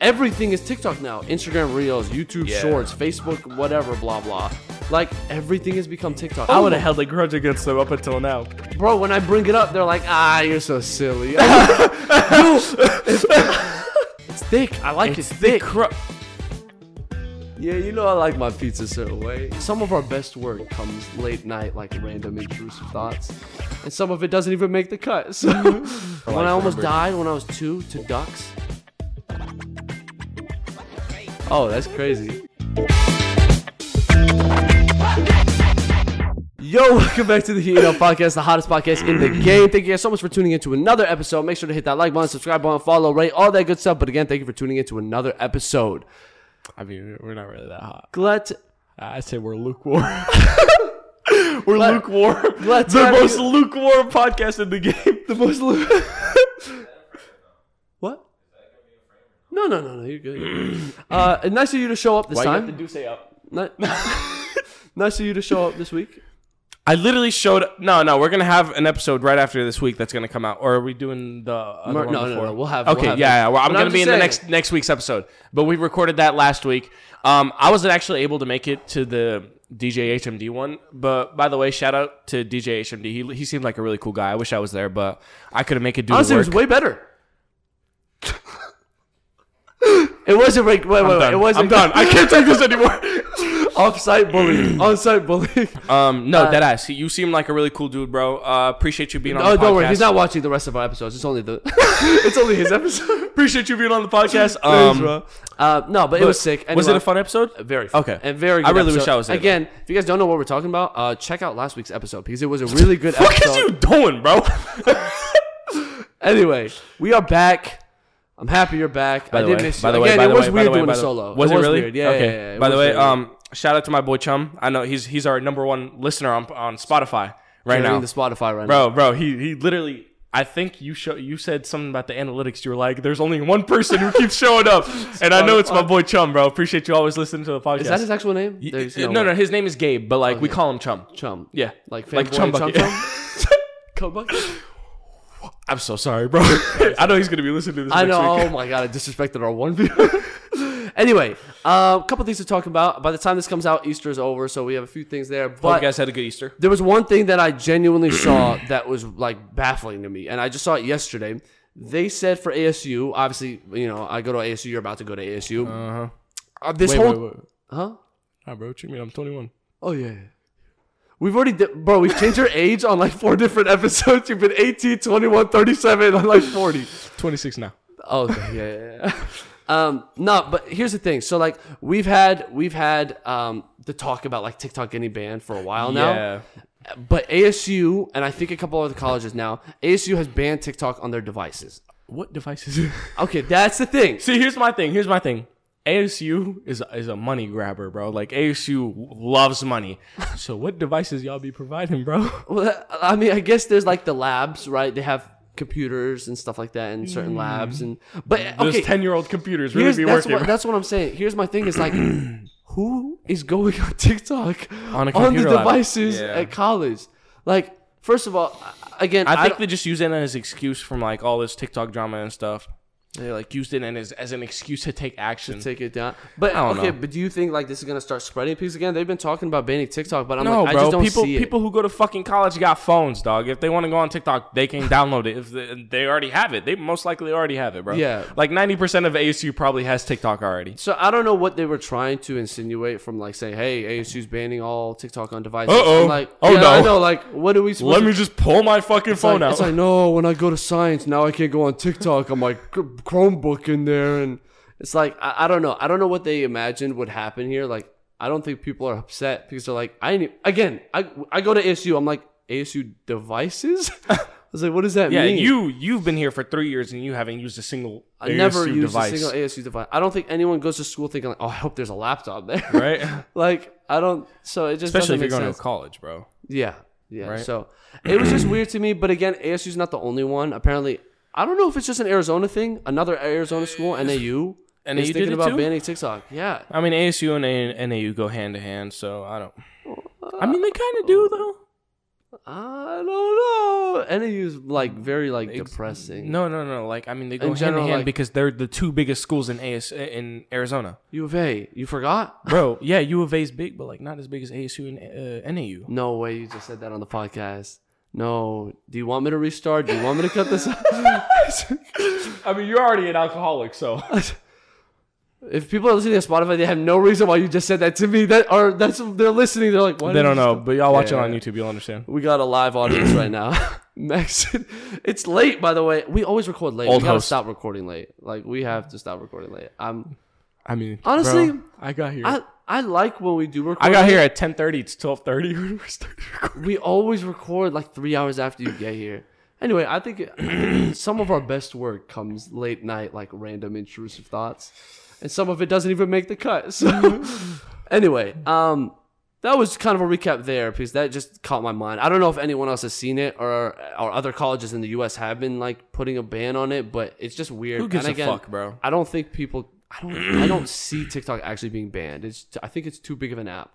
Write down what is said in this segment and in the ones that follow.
everything is TikTok now. Instagram Reels, YouTube Yeah. Shorts, Facebook, whatever, blah blah. Like everything has become TikTok. I would have held a grudge against them up until now. bro. When I bring it up, they're like, "Ah, you're so silly." Dude, it's, it's thick. I like it thick. Cru- Yeah, you know I like my pizza a certain way. Some of our best work comes late night, like random intrusive thoughts, and some of it doesn't even make the cut. So when I almost died when I was two to ducks. Oh, that's crazy. Yo, welcome back to the Heat Up Podcast, the hottest podcast in the game. Thank you guys so much for tuning in to another episode. Make sure to hit that like button, subscribe button, follow, rate, all that good stuff. But again, thank you for tuning in to another episode. I mean, we're not really that hot. Glut I say we're lukewarm. we're lukewarm. let's the have most you- lukewarm podcast in the game. The most lukewarm. What? No, no, no, no. You're good. You're good. uh, and nice of you to show up this time. do say up? Ni- nice of you to show up this week. I literally showed. No, no, we're gonna have an episode right after this week that's gonna come out. Or are we doing the? Other Mar- one no, no, before? no, we'll have- Okay, we'll have yeah, this. yeah. Well, I'm But I'm gonna be just saying- in the next next week's episode. But we recorded that last week. Um, I wasn't actually able to make it to the DJ HMD one. But by the way, shout out to DJ HMD. He he seemed like a really cool guy. I wish I was there, but I couldn't make it do Honestly, the it was work. way better. it wasn't. Wait, wait, wait. wait done. it wasn't. I'm done. I can't take this anymore. Off-site bullying. On-site bullying. Um, Uh, no, that ass. You seem like a really cool dude, bro. Uh, appreciate you being on. oh, the don't worry. podcast. He's not watching the rest of our episodes. It's only the. it's only his episode. Appreciate you being on the podcast. Thanks, Um, bro. Uh, no, but, it was sick. Was it Anyway. Uh, a fun episode? Very fun. Okay. and very. Good I really episode. wish I was there, Again, if you guys don't know what we're talking about, uh, check out last week's episode because it was a really good What episode. is you doing, bro? Anyway, we are back. I'm happy you're back. I the did way, miss you. by the way, Again, by it the was way, by weird the way, doing by a the- solo. Was it, was really? Weird. Yeah, Okay. yeah, yeah, it by the was way, weird. um, shout out to my boy Chum. I know he's he's our number one listener on, on Spotify right You're now, in the Spotify right now. bro. Bro, he he literally. I think you show you said something about the analytics. You were like, "There's only one person who keeps showing up," and I know it's my boy Chum, bro. Appreciate you always listening to the podcast. Is that his actual name? There's no, no, way. his name is Gabe, but like we call him Chum. Chum. Yeah, Like like fanboy Chum Chum Chum. Bucket. Chum Bucket? I'm so sorry, bro. I know he's gonna be listening to this. I next know. week. Oh my god, I disrespected our one viewer. anyway, a uh, couple things to talk about. By the time this comes out, Easter is over, so we have a few things there. Hope you But guys had a good Easter. There was one thing that I genuinely saw that was like baffling to me, and I just saw it yesterday. They said for ASU, obviously, you know, I go to ASU. You're about to go to ASU. Uh-huh. Uh, this whole, huh? Nah, bro, what you mean? I'm 21. Oh yeah. yeah. We've already, di- bro. We've changed your age on like four different episodes. You've been 18, 21, 37, on like 40. 26 now. Oh okay, yeah, yeah, yeah. um, no, but here's the thing. So like we've had we've had um the talk about like TikTok getting banned for a while now. Yeah. But ASU and I think a couple other colleges now, ASU has banned TikTok on their devices. What device is it? Okay, that's the thing. See, here's my thing. Here's my thing. ASU is is a money grabber, bro. Like ASU loves money. So what devices y'all be providing, bro? Well, I mean, I guess there's like the labs, right? They have computers and stuff like that in certain labs, and but Mm. Those okay, 10 year old computers really here's, be that's working. what bro. that's what I'm saying. Here's my thing: is like, who is going on TikTok On a the computer lab. devices Yeah. at college? Like, first of all, again, I think don't- they just use it as excuse from like all this TikTok drama and stuff. They like used it and as, as an excuse to take action. take it down. But I don't okay, know. but do you think like this is gonna start spreading? Because again, they've been talking about banning TikTok, but I'm No, like, I bro. just don't people see it. people who go to fucking college got phones, dog. If they want to go on TikTok, they can download it. If they, they already have it, they most likely already have it, bro. Yeah. Like ninety percent of ASU probably has TikTok already. So I don't know what they were trying to insinuate from like saying, "Hey, ASU's banning all TikTok on devices." Uh-oh. I'm like, Oh, yeah, no. I know. Like, what are we? Supposed Let to- me just pull my fucking It's like, phone out. It's like, no, when I go to science now, I can't go on TikTok. I'm like Chromebook in there, and it's like I, I don't know. I don't know what they imagined would happen here. Like, I don't think people are upset because they're like, I need- again, I I go to ASU. I'm like ASU devices. I was like, what does that yeah, mean? you you've been here for three years and you haven't used a single I ASU never used device, a single ASU device. I don't think anyone goes to school thinking like, oh, I hope there's a laptop there. right? Like I don't. So it just Especially doesn't if you're going make to sense. college, bro. yeah, yeah. Right. So it was just weird to me. But again, ASU's not the only one. Apparently, I don't know if it's just an Arizona thing. Another Arizona school, NAU, NAU is did thinking it about too? banning TikTok. Yeah. I mean, ASU and A- NAU go hand to hand, so I don't. I mean, they kind of do though. I don't know. NAU is like very like depressing. No, no, no. Like I mean, they go hand general, in hand like- because they're the two biggest schools in AS in Arizona, U of A, you forgot? bro. yeah, U of A's big, but like not as big as ASU and uh, NAU. No way, you just said that on the podcast. No. Do you want me to restart? Do you want me to cut this? out? I mean, you're already an alcoholic, so if people are listening to Spotify, they have no reason why you just said that to me. That or that's they're listening. They're like, what? they don't know. But y'all watch Yeah. it on YouTube, you'll understand. We got a live audience right now. Max, it's late. By the way, we always record late. Old we gotta host. stop recording late. Like we have to stop recording late. I'm. I mean, Honestly, bro, I got here. I, I I like when we do record. got here at 10:30. It's 12:30 when we started recording. We always record like three hours after you get here. Anyway, I think I think some of our best work comes late night, like random intrusive thoughts, and some of it doesn't even make the cut. So, anyway, um, that was kind of a recap there because that just caught my mind. I don't know if anyone else has seen it or or other colleges in the U.S. have been like putting a ban on it, but it's just weird. Who gives And a again, fuck, bro? I don't think people. I don't. I don't see TikTok actually being banned. It's. I think it's too big of an app.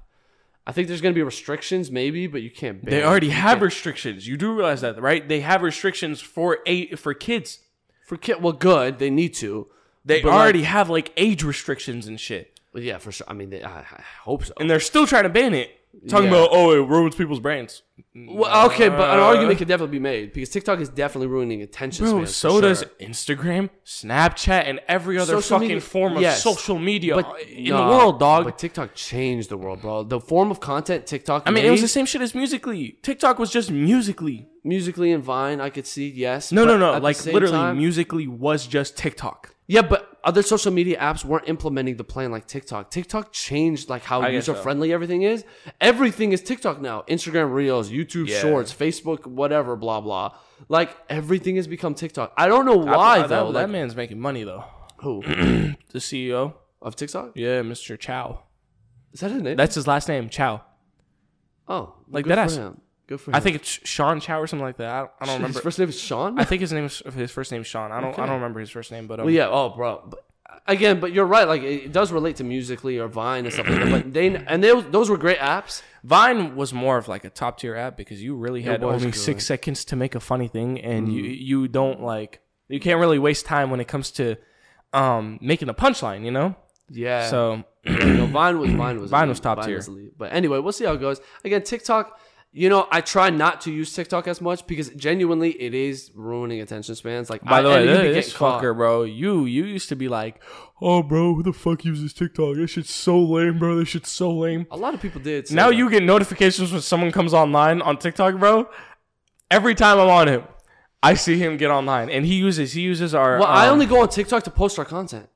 I think there's going to be restrictions, maybe, but you can't ban. They already have can't- restrictions. You do realize that, right? They have restrictions for eight for kids. for kid. Well, good. They need to. They But, like- already have like age restrictions and shit, But yeah, for sure. I mean, they, I, I hope so. and they're still trying to ban it. Talking Yeah. about oh, it ruins people's brains. Well, okay, but an Uh, argument could definitely be made because TikTok is definitely ruining attention Bro, span. for so sure. does Instagram, Snapchat, and every other Social fucking media- form of yes. social media But in nah, the world, dog. But TikTok changed the world, bro. The form of content TikTok. I mean, it was the made, same shit as Musically. TikTok was just Musically. musically and Vine. I could see yes. No, but no, at no. the Like same literally, time- Musically was just TikTok. Yeah, but other social media apps weren't implementing the plan like TikTok. TikTok changed like how guess so. user friendly everything is. Everything is TikTok now. Instagram Reels, YouTube Yeah. Shorts, Facebook, whatever, blah blah. Like everything has become TikTok. I don't know why that, though. That like man's making money though. who The CEO. of TikTok? Yeah, Mr. Chow. Is that his name? That's his last name, Chow. oh, like good that for ass. him. Good for him. I think it's Sean Chow or something like that. I don't, I don't his remember. first name is Sean. I think his name is his first name is Sean. I don't I don't remember his first name, but um, Well, yeah. Oh, bro. But, again, but you're right. Like it it does relate to musically or Vine and stuff like that. But they and they, those were great apps. Vine was more of like a top tier app because you really had was only good. Mm. six seconds to make a funny thing, and you you don't like you can't really waste time when it comes to um making a punchline, you know. Yeah. So No, Vine was Vine was Mm. Vine elite. was top tier. elite. But anyway, we'll see how it goes. Again, TikTok. You know, I try not to use TikTok as much because genuinely, it is ruining attention spans. Like, by I, the way, and you'd be this getting caught. fucker, bro, you you used to be like, oh, bro, who the fuck uses TikTok? This shit's so lame, bro. This shit's so lame. A lot of people did. say Now that. you get notifications when someone comes online on TikTok, bro. Every time I'm on him, I see him get online, and he uses he uses our. Well, I um, only go on TikTok to post our content.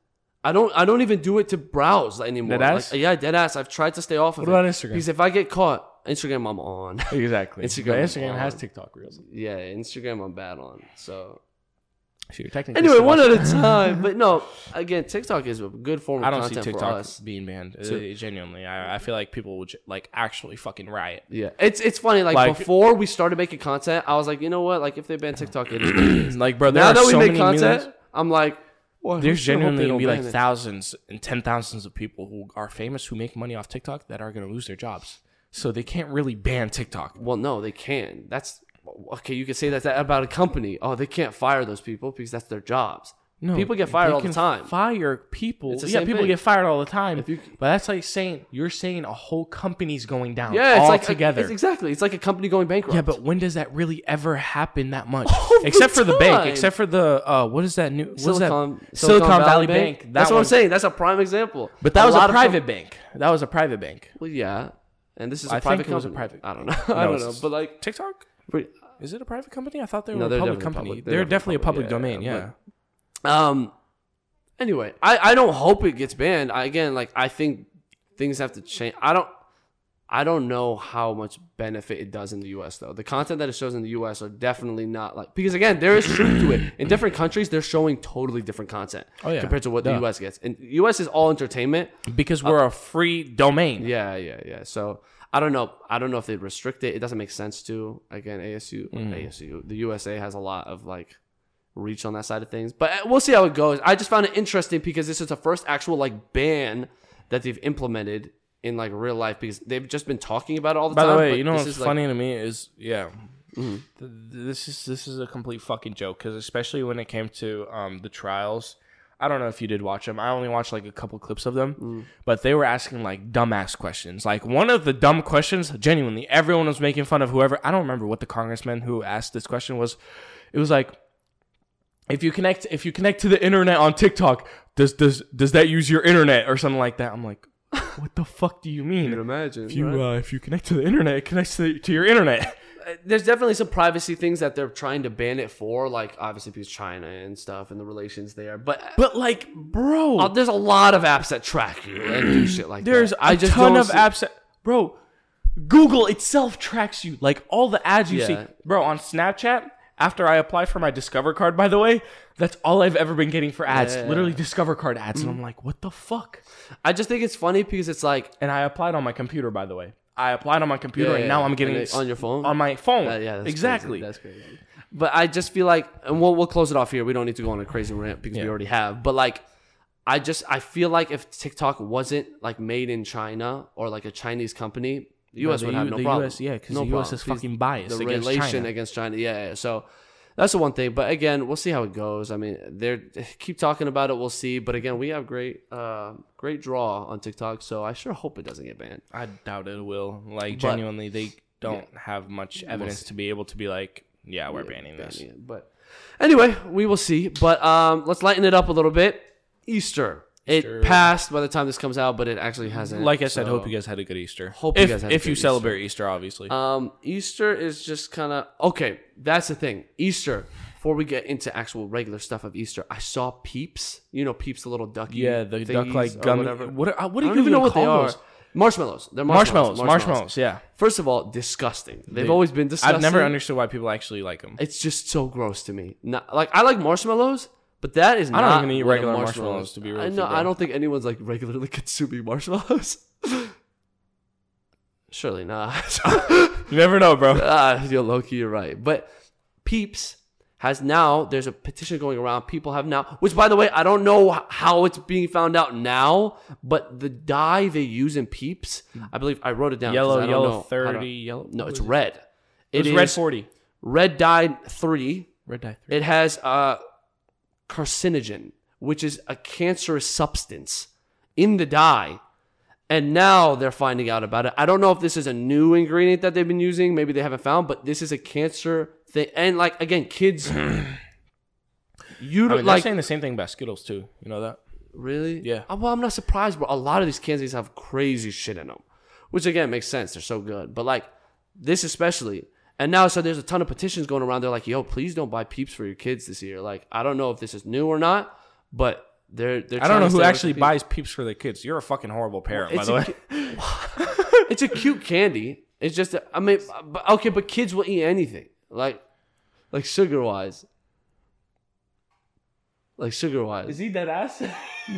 I don't. I don't even do it to browse anymore. Dead ass? Like, yeah, dead ass. I've tried to stay off of What about it Instagram? because if I get caught, Instagram, I'm on. exactly Instagram. But Instagram has Um, TikTok reels. yeah, Instagram, I'm bad on. So So you're technically anyway, still one watching- at a time. But no, again, TikTok is a good form of I don't see content for TikTok us. being banned. Uh, genuinely, I, I feel like people would ge- like actually fucking riot. Yeah, it's it's funny. Like, Like- before we started making content, I was like, you know what? Like if they ban TikTok, it is. what it is. Like, bro, there now are that we so make many content, millions- I'm like, well, I There's sure hope they genuinely don't gonna be like ban it. thousands and ten thousands of people who are famous who make money off TikTok that are gonna lose their jobs. So they can't really ban TikTok. Well, no, they can. That's okay. You can say that, that about a company. Oh, they can't fire those people because that's their jobs. No, people get they fired all the can time. Fire people. It's the yeah, same people thing. get fired all the time. you- but that's like saying you're saying a whole company's going down. yeah, it's all like together. it's exactly. It's like a company going bankrupt. yeah, but when does that really ever happen that much? All the except for the time. bank. Except for the uh, what is that new? What is that? Silicon, Silicon, Silicon Valley Bank. That That's what one. I'm saying. That's a prime example. But that was a lot of com- private bank. That was a private bank. well, yeah, and this is a I think private it was a company. private- I don't know. I No, don't it's know. just- But like, TikTok. pretty- Is it a private company? I thought they were No, a they're public definitely company. public. They're, They're definitely definitely, a public public, domain. yeah, Yeah. Um. Anyway, I I don't hope it gets banned. I, again, like I think things have to change. I don't. I don't know how much benefit it does in the U.S. though. The content that it shows in the U.S. are definitely not like because again there is truth to it. In different countries, they're showing totally different content Oh, yeah. compared to what the Duh. U.S. gets. And U.S. is all entertainment. Because we're a free domain. Yeah, yeah, yeah. So I don't know. I don't know if they restrict it. It doesn't make sense to again ASU. Mm. ASU. The USA has a lot of like reach on that side of things, but uh, we'll see how it goes. I just found it interesting because this is the first actual like ban that they've implemented in like real life because they've just been talking about it all the By time. the way, but you know this what's is, like- Mm-hmm. funny to me is yeah, Th- this is this is a complete fucking joke because especially when it came to um, the trials. I don't know if you did watch them. I only watched like a couple clips of them, Mm. but they were asking like dumbass questions. Like one of the dumb questions, genuinely, everyone was making fun of whoever. I don't remember what the congressman who asked this question was. It was like, if you connect, if you connect to the internet on TikTok, does does does that use your internet or something like that? I'm like, what the fuck do you mean? You'd imagine. if you right? uh, if you connect to the internet, it connects to, to your internet. there's definitely some privacy things that they're trying to ban it for, like obviously because China and stuff and the relations there. But, But like, bro, uh, there's a lot of apps that track you and do shit like there's that. a ton don't of see- apps, that, bro. Google itself tracks you, like all the ads you see, Yeah. bro. On Snapchat, after I apply for my Discover card, by the way, that's all I've ever been getting for ads, Yeah. Mm. literally Discover card ads, and I'm like, what the fuck? I just think it's funny because it's like And I applied on my computer, by the way. I applied on my computer, Yeah, and yeah, now I'm and getting it- on your phone? on my phone. Uh, yeah, that's exactly. Crazy. That's crazy. But I just feel like, and we'll we'll close it off here. We don't need to go on a crazy rant because we Yeah. already have. But like, I just I feel like if TikTok wasn't like made in China or like a Chinese company, the U.S. the would have U- no the problem. US yeah, 'cause No the US is problem. fucking biased The against relation China. against China, yeah, yeah. So that's the one thing. But again, we'll see how it goes. I mean, they're keep talking about it. We'll see. But again, we have great, uh, great draw on TikTok. So I sure hope it doesn't get banned. I doubt it will. Like genuinely, they don't have much evidence to be able to be like, yeah, we're banning this. Yeah, But anyway, we will see. But um, let's lighten it up a little bit. Easter. Easter. It passed by the time this comes out, but it actually hasn't. Like I said, so- hope you guys had a good Easter. Hope you if, guys had a if good you Easter. celebrate Easter, obviously. Um, Easter is just kind of okay. That's the thing. Easter. Before we get into actual regular stuff of Easter, I saw Peeps. You know Peeps, the little ducky. yeah, the duck thingies like or gummy. whatever. What? Are, what I do don't you even know what they are. those? Marshmallows. They're Marshmallows, marshmallows. marshmallows. Yeah, First of all, disgusting. They've always been disgusting. I've never understood why people actually like them. It's just so gross to me. Not, like I like marshmallows, but that is don't not even eat one of regular marshmallows, to be real I with know you, bro. I don't think anyone's like regularly consuming marshmallows. Surely not. You never know, bro. ah, you're Loki. You're right. But Peeps has now. There's a petition going around. People have now. Which, by the way, I don't know h- how it's being found out now. But the dye they use in Peeps, I believe I wrote it down. 'cause I Yellow, don't know yellow how to- thirty, yellow. No, it's what red. is It it? It was red is forty. red dye three. Red dye three. It has uh, carcinogen, which is a cancerous substance in the dye. And now they're finding out about it. I don't know if this is a new ingredient that they've been using. Maybe they haven't found, but this is a cancer thing. And like again, kids, you I don't mean, they're like saying the same thing about Skittles too. You know that? really? Yeah. Uh, Well, I'm not surprised, bro. A lot of these candies have crazy shit in them, which again makes sense. They're so good, but like this especially. And now, so there's a ton of petitions going around. They're like, "Yo, please don't buy Peeps for your kids this year." Like, I don't know if this is new or not, but they're they're. I trying to don't know stay who away actually from Peeps. buys Peeps for their kids. You're a fucking horrible parent, by It's the way. a cu- it's a cute candy. It's just, I mean, but, okay, but kids will eat anything, like, like sugar wise, like sugar wise. he that ass?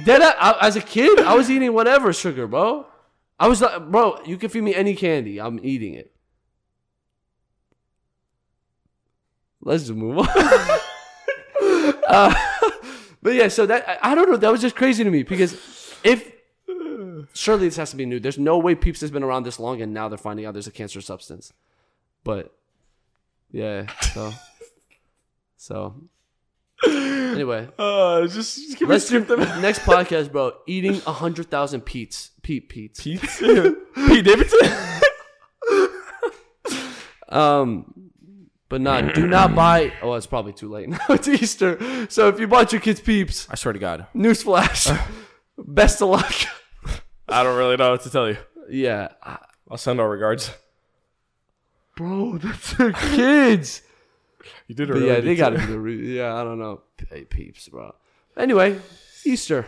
Dead a- I, as a kid, I was eating whatever sugar, bro. I was like, bro, you can feed me any candy. I'm eating it. Let's just move on. Uh, but yeah, so that I, I don't know. That was just crazy to me because if surely this has to be new. There's no way Peeps has been around this long and now they're finding out there's a cancer substance. But yeah, so so anyway. Uh, just, just give Let's do next podcast, bro. Eating a hundred thousand Pete's, Pete, Pete's. Pete's? Pete Davidson? Um, but not. Do not buy. Oh, it's probably too late now. It's Easter, so if you bought your kids Peeps, I swear to God. newsflash. best of luck. I don't really know what to tell you. yeah, I- I'll send our regards. bro, that's their kids. You did it But yeah, they gotta be the. Re- yeah, I don't know. Hey, Peeps, bro. Anyway, Easter.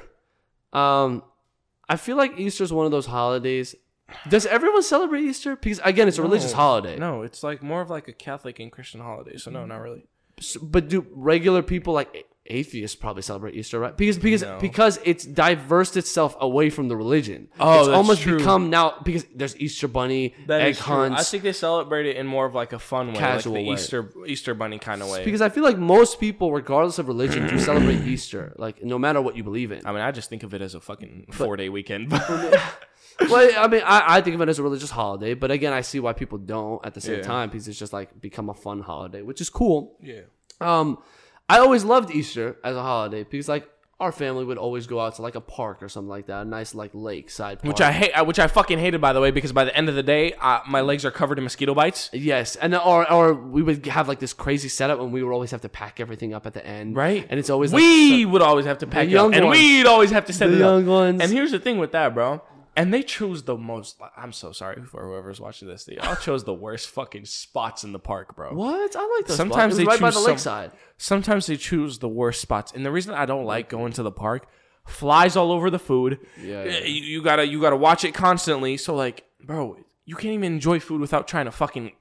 Um, I feel like Easter's one of those holidays. Does everyone celebrate Easter? Because again, it's a religious holiday. No, it's like more of like a Catholic and Christian holiday, so no, not really. S- but do regular people like atheists probably celebrate Easter, right? Because because No. because it's diversed itself away from the religion. Oh, it's that's almost true. become now because there's Easter bunny, That egg is true. I hunts. think they celebrate it in more of like a fun way, Casual like the way. Easter Easter bunny kind of way. because I feel like most people, regardless of religion, do celebrate Easter, like no matter what you believe in. I mean, I just think of it as a fucking four day weekend. well, I mean, I, I think of it as a religious holiday, but again, I see why people don't at the same Yeah. time because it's just like become a fun holiday, which is cool. yeah. Um, I always loved Easter as a holiday because like our family would always go out to like a park or something like that, a nice like lake side park. Which I hate, I- which I fucking hated, by the way, because by the end of the day, uh, my legs are covered in mosquito bites. Yes, and or or we would have like this crazy setup, and we would always have to pack everything up at the end, Right. And it's always like, We would always have to pack it up, young and ones. we'd always have to set The it up. young ones. And here's the thing with that, bro. And they chose the most. I'm so sorry for whoever's watching this. They all chose the worst fucking spots in the park, bro. what? I like those. spots. Sometimes It they was right by choose the some- lakeside. sometimes they choose the worst spots and the reason i don't like going to the park flies all over the food Yeah, Eh, yeah. You, you gotta you gotta watch it constantly so like bro you can't even enjoy food without trying to fucking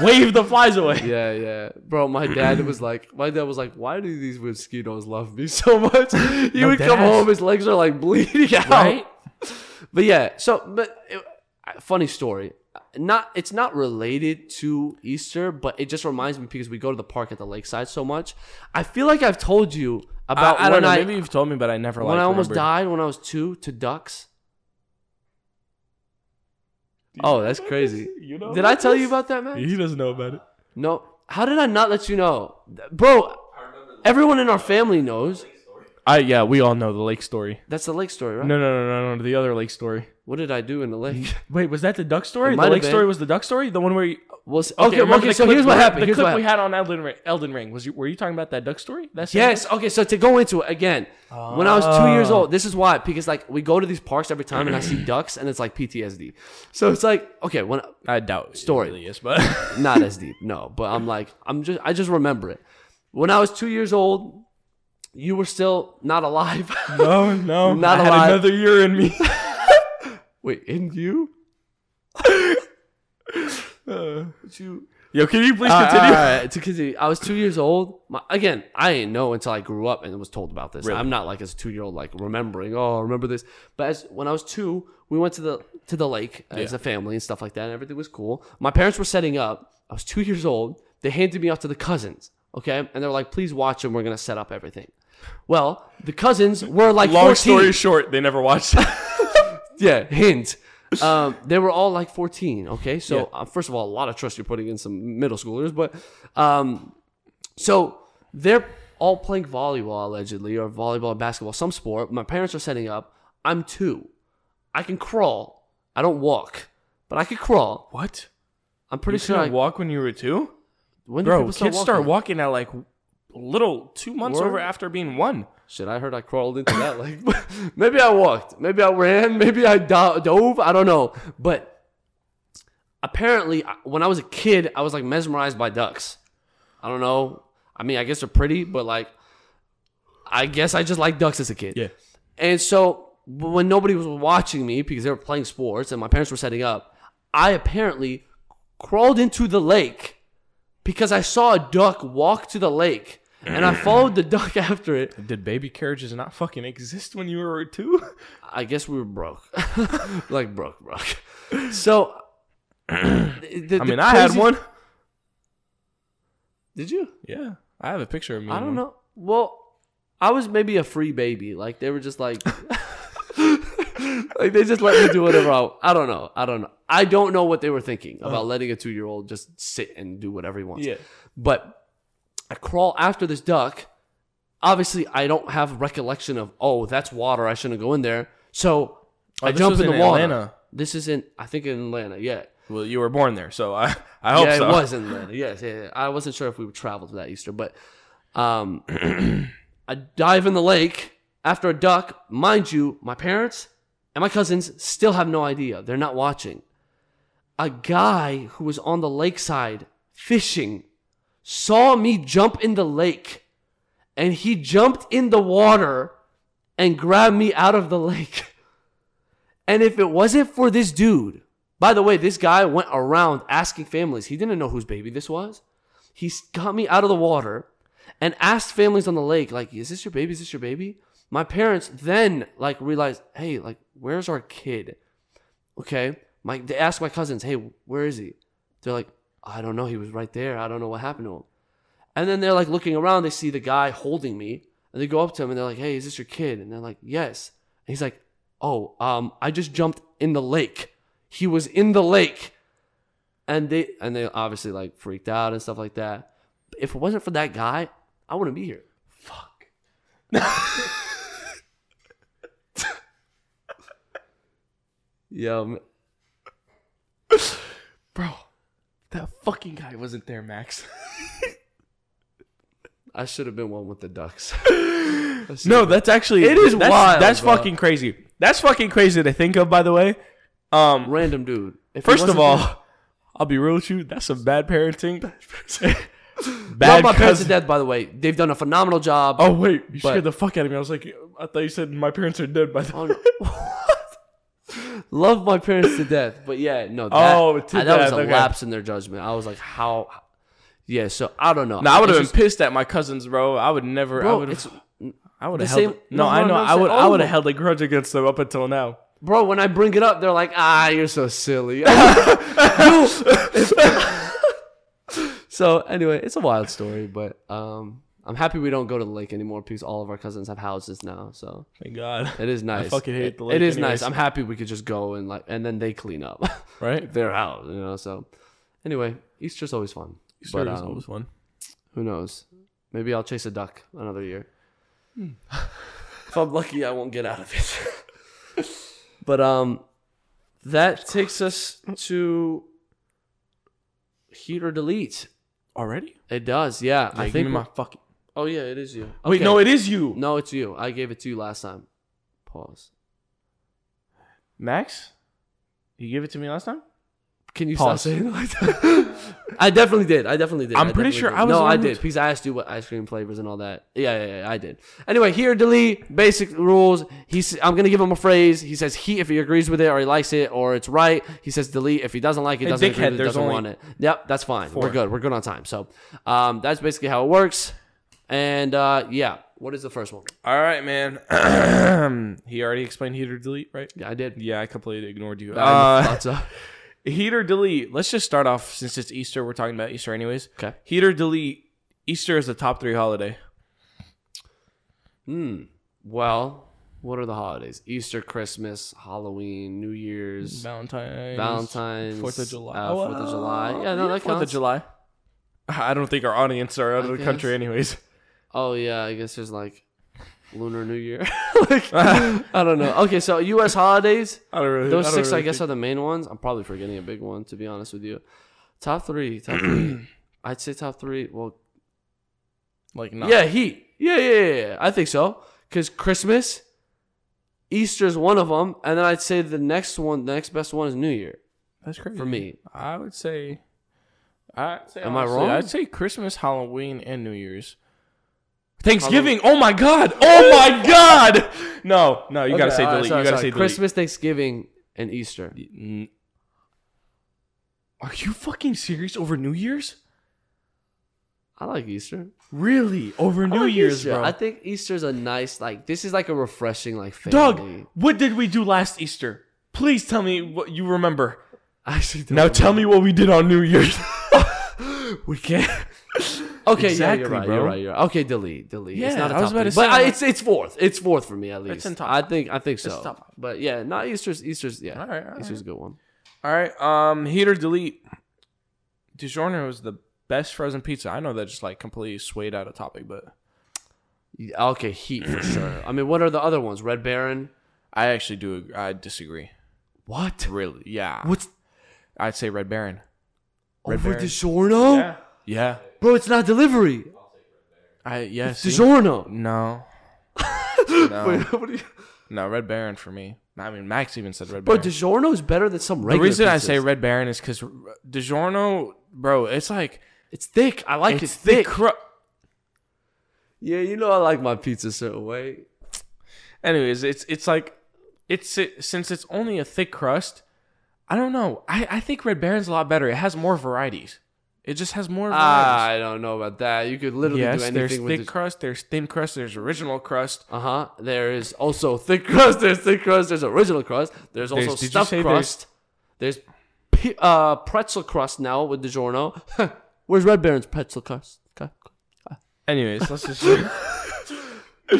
wave the flies away Yeah, yeah, bro. My dad was like, my dad was like, why do these mosquitoes love me so much? He would come dad. home, his legs are like bleeding out. right But yeah, so but it, funny story. Not it's not related to Easter, but it just reminds me because we go to the park at the lakeside so much. I feel like I've told you I, about I when don't know I maybe you've told me but i never when like I almost remembered. died when I was two to ducks. Oh, that's crazy. You know did I about tell you this? about that, man? he doesn't know about it No. How did I not let you know, bro? Everyone in our family knows. i yeah we all know the lake story That's the lake story, right? no no no no no the other lake story What did I do in the lake? wait was that the duck story the might have lake been. story was the duck story the one where you Well, s- okay, okay, remember the so clip- here's what the- happened. The Here's clip what we happened. had on Elden Ring, Elden Ring was you? Were you talking about that duck story? That's Yes. Okay. So to go into it again, when I was two years old, this is why because like we go to these parks every time and I see ducks and it's like PTSD. So it's like okay, when I doubt Story. It really is, but not as deep, no, but I'm like I'm just I just remember it. When I was two years old, you were still not alive. no, no, Not I had alive. another year in me. Wait, and you? Uh, Yo, can you please Alright, continue? alright, Uh, to continue. I was two years old. My, again, I didn't know until I grew up and was told about this. Really? I'm not like as a two year old like remembering. Oh, I remember this. But as when I was two, we went to the to the lake as Yeah. a family and stuff like that, and everything was cool. My parents were setting up. I was two years old. They handed me off to the cousins. Okay, and they were like, "Please watch them. We're gonna set up everything." Well, the cousins were like Long 14. story short, they never watched. it. Yeah, hint. Um, they were all like 14. Okay, so uh, first of all, a lot of trust you're putting in some middle schoolers, but um, so they're all playing volleyball allegedly, or volleyball, basketball, some sport. My parents are setting up. I'm two. I can crawl. I don't walk, but I can crawl. what? I'm You pretty sure. I, couldn't walk when you were two, when do bro. people start Kids start walking? walking at like little two months Word. over after being one. Shit, I heard I crawled into that. Like, maybe I walked, maybe I ran, maybe I do- dove. I don't know. But apparently, I- when I was a kid, I was like mesmerized by ducks. I don't know. I mean, I guess they're pretty, but like, I guess I just liked ducks as a kid. And so but when nobody was watching me because they were playing sports and my parents were setting up, I apparently crawled into the lake because I saw a duck walk to the lake. And I followed the duck after it. Did baby carriages not fucking exist when you were two? I guess we were broke, like broke, broke. So, I mean, I had one. Did you? Yeah, I have a picture of me. I in don't one. know. Well, I was maybe a free baby. Like they were just like, like they just let me do whatever I. I don't know. I don't know. I don't know what they were thinking Uh-huh. about letting a two-year-old just sit and do whatever he wants. Yeah. But I crawl after this duck. Obviously, I don't have recollection of oh that's water. I shouldn't go in there. So I Oh, this jump was in the in water. Atlanta. This isn't. I think in Atlanta. Yeah. Well, you were born there, so I I hope yeah, so. it was in Atlanta. Yes, yeah, yeah. I wasn't sure if we would travel to that Easter, but um, I dive in the lake after a duck. Mind you, my parents and my cousins still have no idea. They're not watching. A guy who was on the lakeside fishing saw me jump in the lake, and he jumped in the water and grabbed me out of the lake. And if it wasn't for this dude, by the way, this guy went around asking families. He didn't know whose baby this was. He s- got me out of the water. and asked families on the lake, like, is this your baby? Is this your baby? My parents then like realized, hey, like, where's our kid? Okay. My they asked my cousins, hey, where is he? They're like, I don't know. He was right there. I don't know what happened to him. And then they're like looking around, they see the guy holding me, and they go up to him and they're like, Hey, is this your kid? And they're like, Yes. And he's like, Oh, um, I just jumped in the lake. He was in the lake. And they and they obviously like freaked out and stuff like that. If it wasn't for that guy, I wouldn't be here. Fuck. Yeah, m- Bro, that fucking guy wasn't there, Max. I should have been one with the ducks. no, that's actually It is that's, wild, That's bro. fucking crazy. That's fucking crazy to think of, by the way. Um, Random dude. If he first of wasn't all, there- I'll be real with you. That's some bad parenting. bad love my parents cousin- to death, by the way. They've done a phenomenal job. Oh wait, you But- scared the fuck out of me. I was like, I thought you said my parents are dead by the. Oh, no. Love my parents to death, but yeah, no. That, Oh, to that was death, a okay. lapse in their judgment. I was like, how? Yeah, so I don't know. No, I would have It's just- been pissed at my cousins, bro. I would never. I Bro, would it's- have. I would the have held. same- no, no, I no, know. no, I same- would. all I of would them. have held a grudge against them up until now. bro. When I bring it up, they're like, ah, you're so silly. You- so anyway, it's a wild story, but um, I'm happy we don't go to the lake anymore because all of our cousins have houses now. So Thank God. it is nice. fucking hate It- the lake It is anyways. nice. I'm happy we could just go and like, and then they clean up. Right. their house, you know. So, anyway, Easter's always fun. Sure, but there's um, always one. who knows? Maybe I'll chase a duck another year. Hmm. if I'm lucky, I won't get out of it. but um, that takes us to heat or delete. Already? It does, yeah. I I give think. me my fucking. oh yeah, it is you. Wait, Okay. no, it is you, no, it's you. I gave it to you last time. Pause. Max. You gave it to me last time. Can you Pause. stop saying it like that? I definitely did. I definitely did. I'm I pretty definitely sure did. I was No, the I one who- did because I asked you what ice cream flavors and all that. Yeah, yeah, yeah. I did. Anyway, here, delete basic rules. He's. I'm gonna give him a phrase. He says he if he agrees with it or he likes it or it's right. He says delete if he doesn't like it, Hey, doesn't agree dickhead, with it, there's doesn't only want it. Yep, that's fine. we four. We're good. We're good on time. So, um, that's basically how it works. And uh, yeah, what is the first one? All right, man. he already explained heat or delete, right? Yeah, I did. Yeah, I completely ignored I you. Uh, thought so. heat or delete. Let's just start off since it's Easter. We're talking about Easter, anyways. Okay. Heat or delete. Easter is the top three holiday. Hmm. Well, what are the holidays? Easter, Christmas, Halloween, New Year's. Valentine's. Valentine's, Fourth of July. uh, Fourth of July. Well, Yeah, no, that Fourth of counts. July. I don't think our audience are out I of the guess. country, anyways. Oh yeah, I guess there's like Lunar New Year. like, I don't know. Okay, so U.S. holidays. I don't really. Those I don't six, I really guess, think- are the main ones. I'm probably forgetting a big one, to be honest with you. Top three, top three. I'd say top three. Well, like not. yeah, heat. Yeah, yeah, yeah, yeah. I think so. Because Christmas, Easter's one of them, and then I'd say the next one, the next best one is New Year that's crazy for me. I would say. I'd say Am I honestly, wrong? I'd say Christmas, Halloween, and New Year's. Thanksgiving. Oh my god. Oh my god. No, no, you gotta Okay, say all right, delete. sorry, you gotta sorry. say delete. Christmas, Thanksgiving, and Easter. N- Are you fucking serious over New Year's? I like Easter. Really? Over I New like Year's, Easter. bro. I think Easter's a nice like this is like a refreshing like family. Doug, what did we do last Easter? Please tell me what you remember. I actually don't Now tell me what we did on New Year's. we can't. Okay, yeah, Exactly, you're right, bro. you're right, you're right. Okay, delete, delete. it's Yeah, not a I top was about to three, but say, I, like- it's it's fourth. It's fourth for me at least. in top I think I think so. top five. But yeah, not Easter's Easter's yeah. All right, all Easter's a good one. All right. Um, heat or delete. DiGiorno is the best frozen pizza. I know that just like completely swayed out of topic, but Yeah, Okay, heat for sure. I mean, what are the other ones? Red Baron? I actually do. ag- I disagree. What? Really? Yeah. What's I'd say Red Baron. Red over Baron. DiGiorno? Yeah. Bro, it's not delivery. I yes. DiGiorno. no. Wait, no. what do you- No. Red Baron for me. I mean, Max even said Red Bro, Baron. DiGiorno is better than some the regular reason I pizzas. say Red Baron is because DiGiorno, bro, it's like it's thick. I like it's it thick. thick. Cru- Yeah, you know I like my pizza a certain way. Anyways, it's it's like it's it, since it's only a thick crust. I don't know. I, I think Red Baron's a lot better. It has more varieties. It just has more. varieties. Ah, I don't know about that. You could literally do Ah. yes, there's anything with thick this. crust, there's thin crust, there's original crust. Uh huh. There is also thick crust. There's thick crust. There's original crust. There's also did you stuffed say crust. There's, pe- uh, pretzel crust now with DiGiorno. Where's Red Baron's pretzel crust? Okay. Anyways, let's just.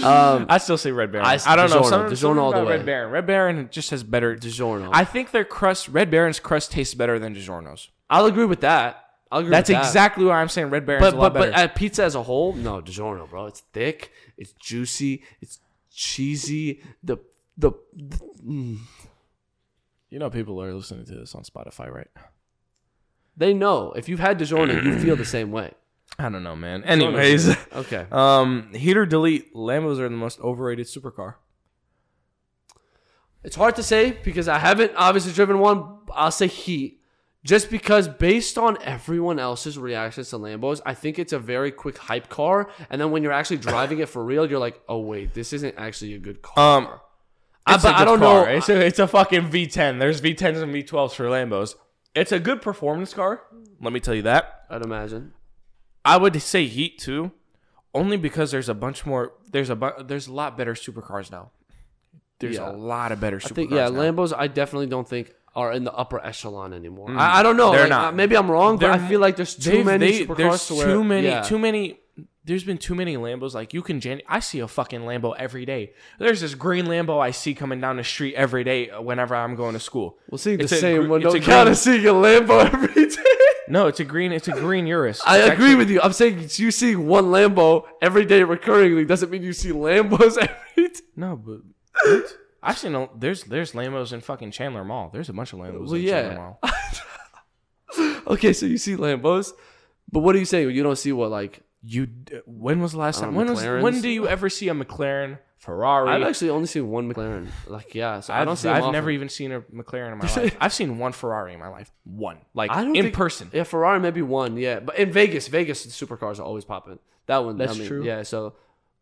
Um, I still say Red Baron. I- I, don't know. DiGiorno, Something, DiGiorno something all the about way. Red Baron. Red Baron just has better. DiGiorno. I think their crust, Red Baron's crust, tastes better than DiGiorno's. I'll agree with that. I'll agree That's with that. exactly why I'm saying Red Baron's But a but lot better. but at pizza as a whole, no DiGiorno, bro. It's thick. It's juicy. It's cheesy. The the, the mm, you know, people are listening to this on Spotify, right? they know if you've had DiGiorno, you feel the same way. I don't know, man. Anyways, Okay. um, heat or delete? Lambos are the most overrated supercar. It's hard to say because I haven't obviously driven one. I'll say heat. Just because, based on everyone else's reactions to Lambos, I think it's a very quick hype car. And then when you're actually driving it for real, you're like, oh, wait, this isn't actually a good car. Um, I- it's a but I good don't car. know. It's a, it's a fucking V10. There's V10s and V12s for Lambos. It's a good performance car. Let me tell you that. I'd imagine. I would say Heat too, only because there's a bunch more. There's a bu- there's a lot better supercars now. There's Yeah. a lot of better supercars. I think, yeah, now. Lambos, I definitely don't think are in the upper echelon anymore. I, I don't know. They're like, not. uh, Maybe I'm wrong, They're but I feel like there's too They've- many they- supercars There's to where, too many. yeah. Too many. There's been too many Lambos. Like you can, gen- I see a fucking Lambo every day. There's this green Lambo I see coming down the street every day. uh, Whenever I'm going to school, Well, seeing the It's a same gr- one, it's don't a gotta green- see a Lambo every day. no, it's a green. It's a green Urus. I It's agree actually- with you. I'm saying you see one Lambo every day recurringly doesn't mean you see Lambos every day. No, but I've seen a, there's there's Lambos in fucking Chandler Mall. There's a bunch of Lambos Well, in yeah. Chandler Mall. Okay, so you see Lambos, but what are you saying? You don't see what like You d- when was the last Uh, time? When was McLarens? when do you ever see a McLaren Ferrari? I've actually only seen one McLaren. Like yeah, so I don't I've- see. I've never even seen a McLaren in my life. I've seen one Ferrari in my life. One, like I don't in think- person. Yeah, Ferrari maybe one. Yeah, but in Vegas, Vegas the supercars are always popping. That one. That's I mean, true. Yeah, so.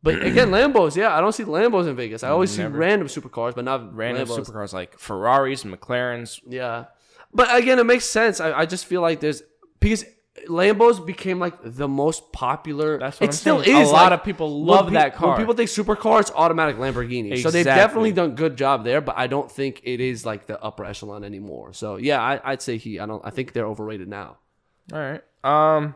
But again, Lambos. Yeah, I don't see Lambos in Vegas. I always see Never. random supercars, but not Random Lambos. supercars like Ferraris, McLarens. Yeah. But again, it makes sense. I, I just feel like there's because Lambos became like the most popular. That's what it I'm still saying. A is. lot like, of people when love pe- that car. When people think supercar, it's automatic Lamborghini. So they've Exactly. definitely done good job there, but I don't think it is like the upper echelon anymore. So yeah, I, I'd say he. I don't. I think they're overrated now. All right. Um,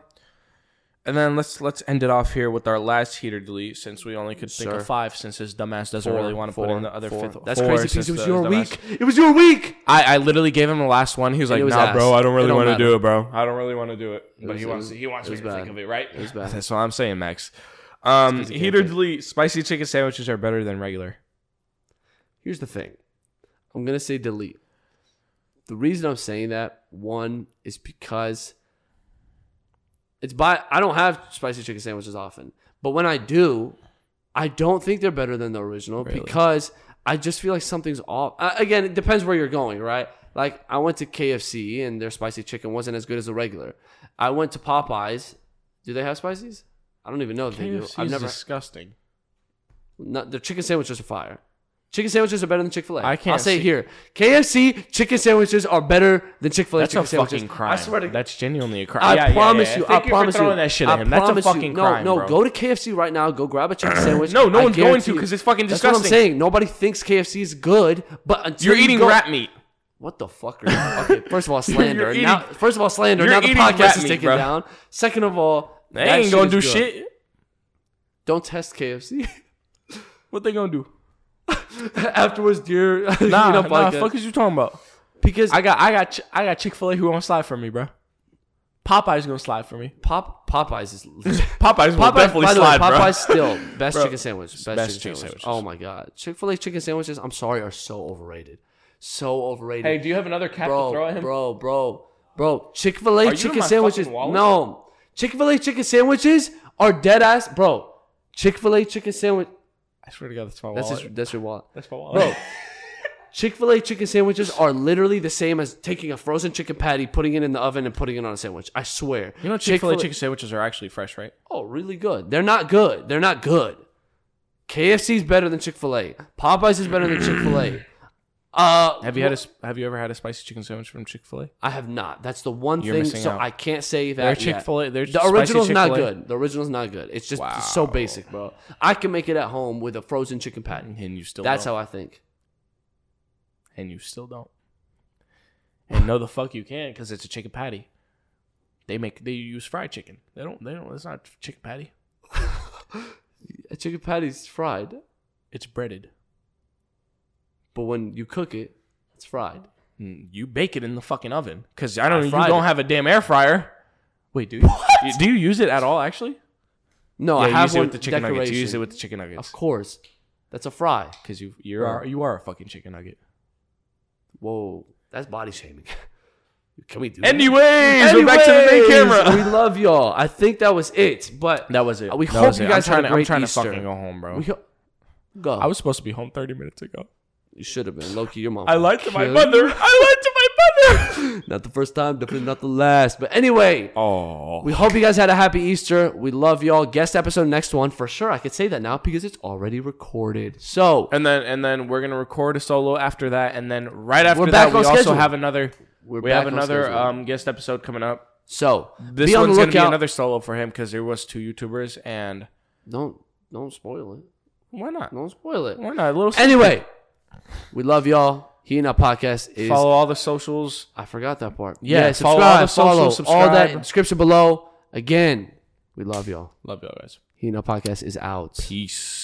and then let's let's end it off here with our last heater delete since we only could think Sure. of five since his dumbass doesn't Four, really want to put four, in the other four. fifth. That's four crazy since because it was the- your the week. last- It was your week. I, I literally gave him the last one. He was like, it was "Nah, ass. bro, I don't It really don't want to matter. do it, bro. I don't really want to do it." But was- he it wants was- he wants it me was to bad. think of it, right? was bad. That's what I'm saying, Max. Um, 'cause he can't heater pick. delete. Spicy chicken sandwiches are better than regular. Here's the thing. I'm gonna say delete. The reason I'm saying that one is because it's by I don't have spicy chicken sandwiches often, but when I do, I don't think they're better than the original Really? because I just feel like something's off. Uh, again, it depends where you're going, right? Like I went to KFC and their spicy chicken wasn't as good as the regular. I went to Popeyes. Do they have spices? I don't even know if they do. KFC I've is never. disgusting. Not, their chicken sandwiches are fire. Chicken sandwiches are better than Chick Fil A. I can't I'll say see- it here. KFC chicken sandwiches are better than Chick Fil A That's chicken a sandwiches. fucking crime. I swear to God. That's genuinely a crime. I Yeah, yeah, promise yeah. you. Thank I you promise for throwing you. that shit I at him. That's a promise you. fucking no, crime. No, bro. go to KFC right now. Go grab a chicken sandwich. No, no I one's going guarantee to you. 'cause it's fucking That's what I'm disgusting. saying. Nobody thinks KFC is good, but until You're you eating go- rat meat. What the fuck? Are you, okay, first of all, slander. eating- now, first of all, slander. you're Now the eating rat podcast is meat, taken bro. down. Second of all, They that ain't gonna is do good. shit. Don't test KFC What they gonna do? afterwards. You're nah, you Nah, know, nah. podcast. Fuck is you talking about? because I got, I got, Ch- I got Chick Fil A who won't slide for me, bro. Popeye's gonna slide for me. Pop Popeyes is. Popeye's will Popeyes, definitely by the slide, way, bro. Popeyes still best Bro, chicken sandwich. Best, best chicken, chicken sandwich. sandwiches. Oh my god, Chick Fil A chicken sandwiches. I'm sorry, are so overrated. So overrated. Hey, do you have another cap to throw at bro, him? bro, bro, bro. Chick Fil you A in chicken my sandwiches. fucking wallet? No, Chick Fil A chicken sandwiches are dead ass, bro. Chick Fil A chicken sandwich. I swear to God, that's my That's wallet. his, that's your wallet. that's my Bro, wallet. Chick fil A chicken sandwiches are literally the same as taking a frozen chicken patty, putting it in the oven, and putting it on a sandwich. I swear. you know Chick Fil A chicken sandwiches are actually fresh, right? Oh, really good. They're not good. They're not good. KFC's better than Chick Fil A. Popeyes is better than Chick Fil A. Uh, Have you had a sp- Have you ever had a spicy chicken sandwich from Chick Fil A? I have not. That's the one You're thing. missing So out. I can't say that. Their yet. Chick Fil A, their The spicy original's not Chick-fil-A- good. The original's not good. It's just it's so basic, bro. I can make it at home with a frozen chicken patty. and you still That's don't. how I think. and you still don't. And no, the fuck you can because it's a chicken patty. They make they use fried chicken. They don't. They don't. It's not chicken patty. A chicken patty's fried, It's breaded. but when you cook it, it's fried. Mm, You bake it in the fucking oven because I don't. you fried don't it. have a damn air fryer. Wait, do you? you- Do you use it at all? Actually, No, Oh, I you have use it one with the chicken decoration. nuggets. You use it with the chicken nuggets of course, that's a fry. because you you are you are a fucking chicken nugget. Whoa, that's body shaming. Can we do? that? Anyways, we're back to the main Anyways, camera. We love y'all. I think that was it. But That was it. We That hope was you it. guys had a I'm trying, to, I'm great trying Easter. to fucking go home, bro. we ho- go. I was supposed to be home 30 minutes ago. you should have been Loki. Your mom. I lied to my Killed- mother. I lied to my mother. Not the first time, definitely not the last. But anyway, Oh. we hope you guys had a happy Easter. We love y'all. Guest episode next one for sure. I could say that now because it's already recorded. So And then and then we're gonna record a solo after that, and then right after We're that back we on also schedule. have another We're we have back on another schedule. um, guest episode coming up. so This be on one's the gonna be lookout. another solo for him because there was two YouTubers, and don't don't spoil it. why not? Don't spoil it. Why not? A little Anyway, we love y'all. He and our podcast is follow all the socials. I forgot that part. Yeah, Yeah, follow all the subscribe, socials, follow, all subscribe. that in description below. Again, we love y'all. Love y'all guys. He and our podcast is out. Peace.